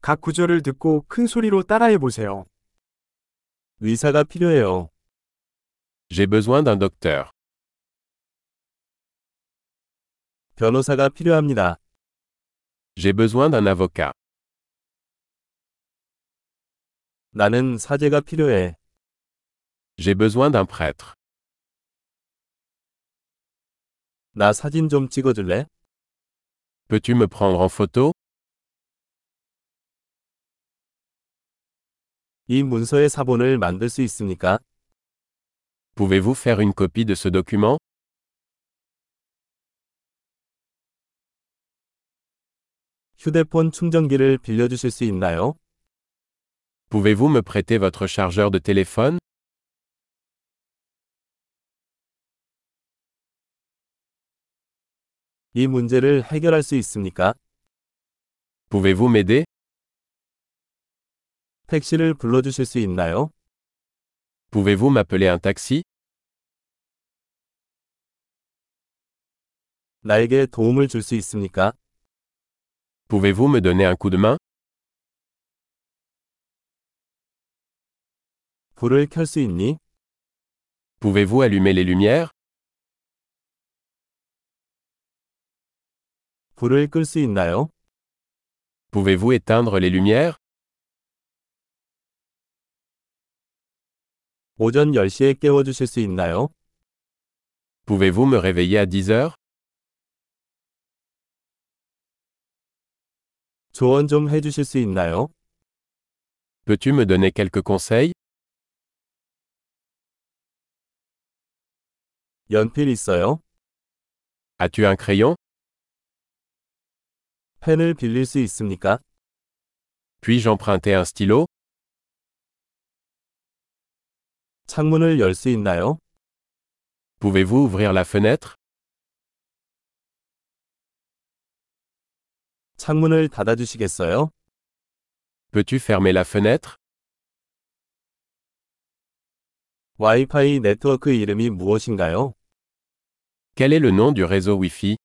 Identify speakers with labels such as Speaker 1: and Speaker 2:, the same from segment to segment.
Speaker 1: 각 구절을 듣고 큰 소리로 따라해 보세요.
Speaker 2: 의사가 필요해요.
Speaker 3: J'ai besoin d'un docteur.
Speaker 2: 변호사가 필요합니다.
Speaker 3: J'ai besoin d'un avocat.
Speaker 2: 나는 사제가 필요해.
Speaker 3: J'ai besoin d'un prêtre.
Speaker 2: 나 사진 좀 찍어줄래?
Speaker 3: Peux-tu me prendre en photo
Speaker 2: 이 문서의 사본을 만들 수 있습니까?
Speaker 3: Pouvez-vous faire une copie de ce document
Speaker 2: 휴대폰 충전기를 빌려주실 수 있나요?
Speaker 3: Pouvez-vous me prêter votre chargeur de téléphone
Speaker 2: 이 문제를 해결할 수 있습니까?
Speaker 3: Pouvez-vous m'aider
Speaker 2: 택시를 불러주실 수 있나요?
Speaker 3: Pouvez-vous m'appeler un taxi
Speaker 2: 나에게 도움을 줄 수 있습니까?
Speaker 3: Pouvez-vous me donner un coup de main
Speaker 2: 불을 켤 수 있니?
Speaker 3: Pouvez-vous allumer les lumières
Speaker 2: 불을 끌 수 있나요?
Speaker 3: Pouvez-vous éteindre les lumières
Speaker 2: 오전 10시에 깨워주실 수 있나요?
Speaker 3: Pouvez-vous me réveiller à 10 heures
Speaker 2: 조언 좀 해주실 수 있나요?
Speaker 3: Peux-tu me donner quelques conseils
Speaker 2: 연필 있어요?
Speaker 3: As-tu un crayon
Speaker 2: 펜을 빌릴 수 있습니까?
Speaker 3: Puis-je emprunter un stylo
Speaker 2: 창문을 열 수 있나요?
Speaker 3: Pouvez-vous ouvrir la fenêtre
Speaker 2: 창문을 닫아주시겠어요?
Speaker 3: Peux-tu fermer la fenêtre
Speaker 2: 와이파이 네트워크 이름이 무엇인가요?
Speaker 3: Quel est le nom du réseau Wi-Fi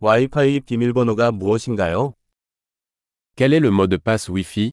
Speaker 2: 와이파이 비밀번호가 무엇인가요?
Speaker 3: Quel est le mot de passe Wi-Fi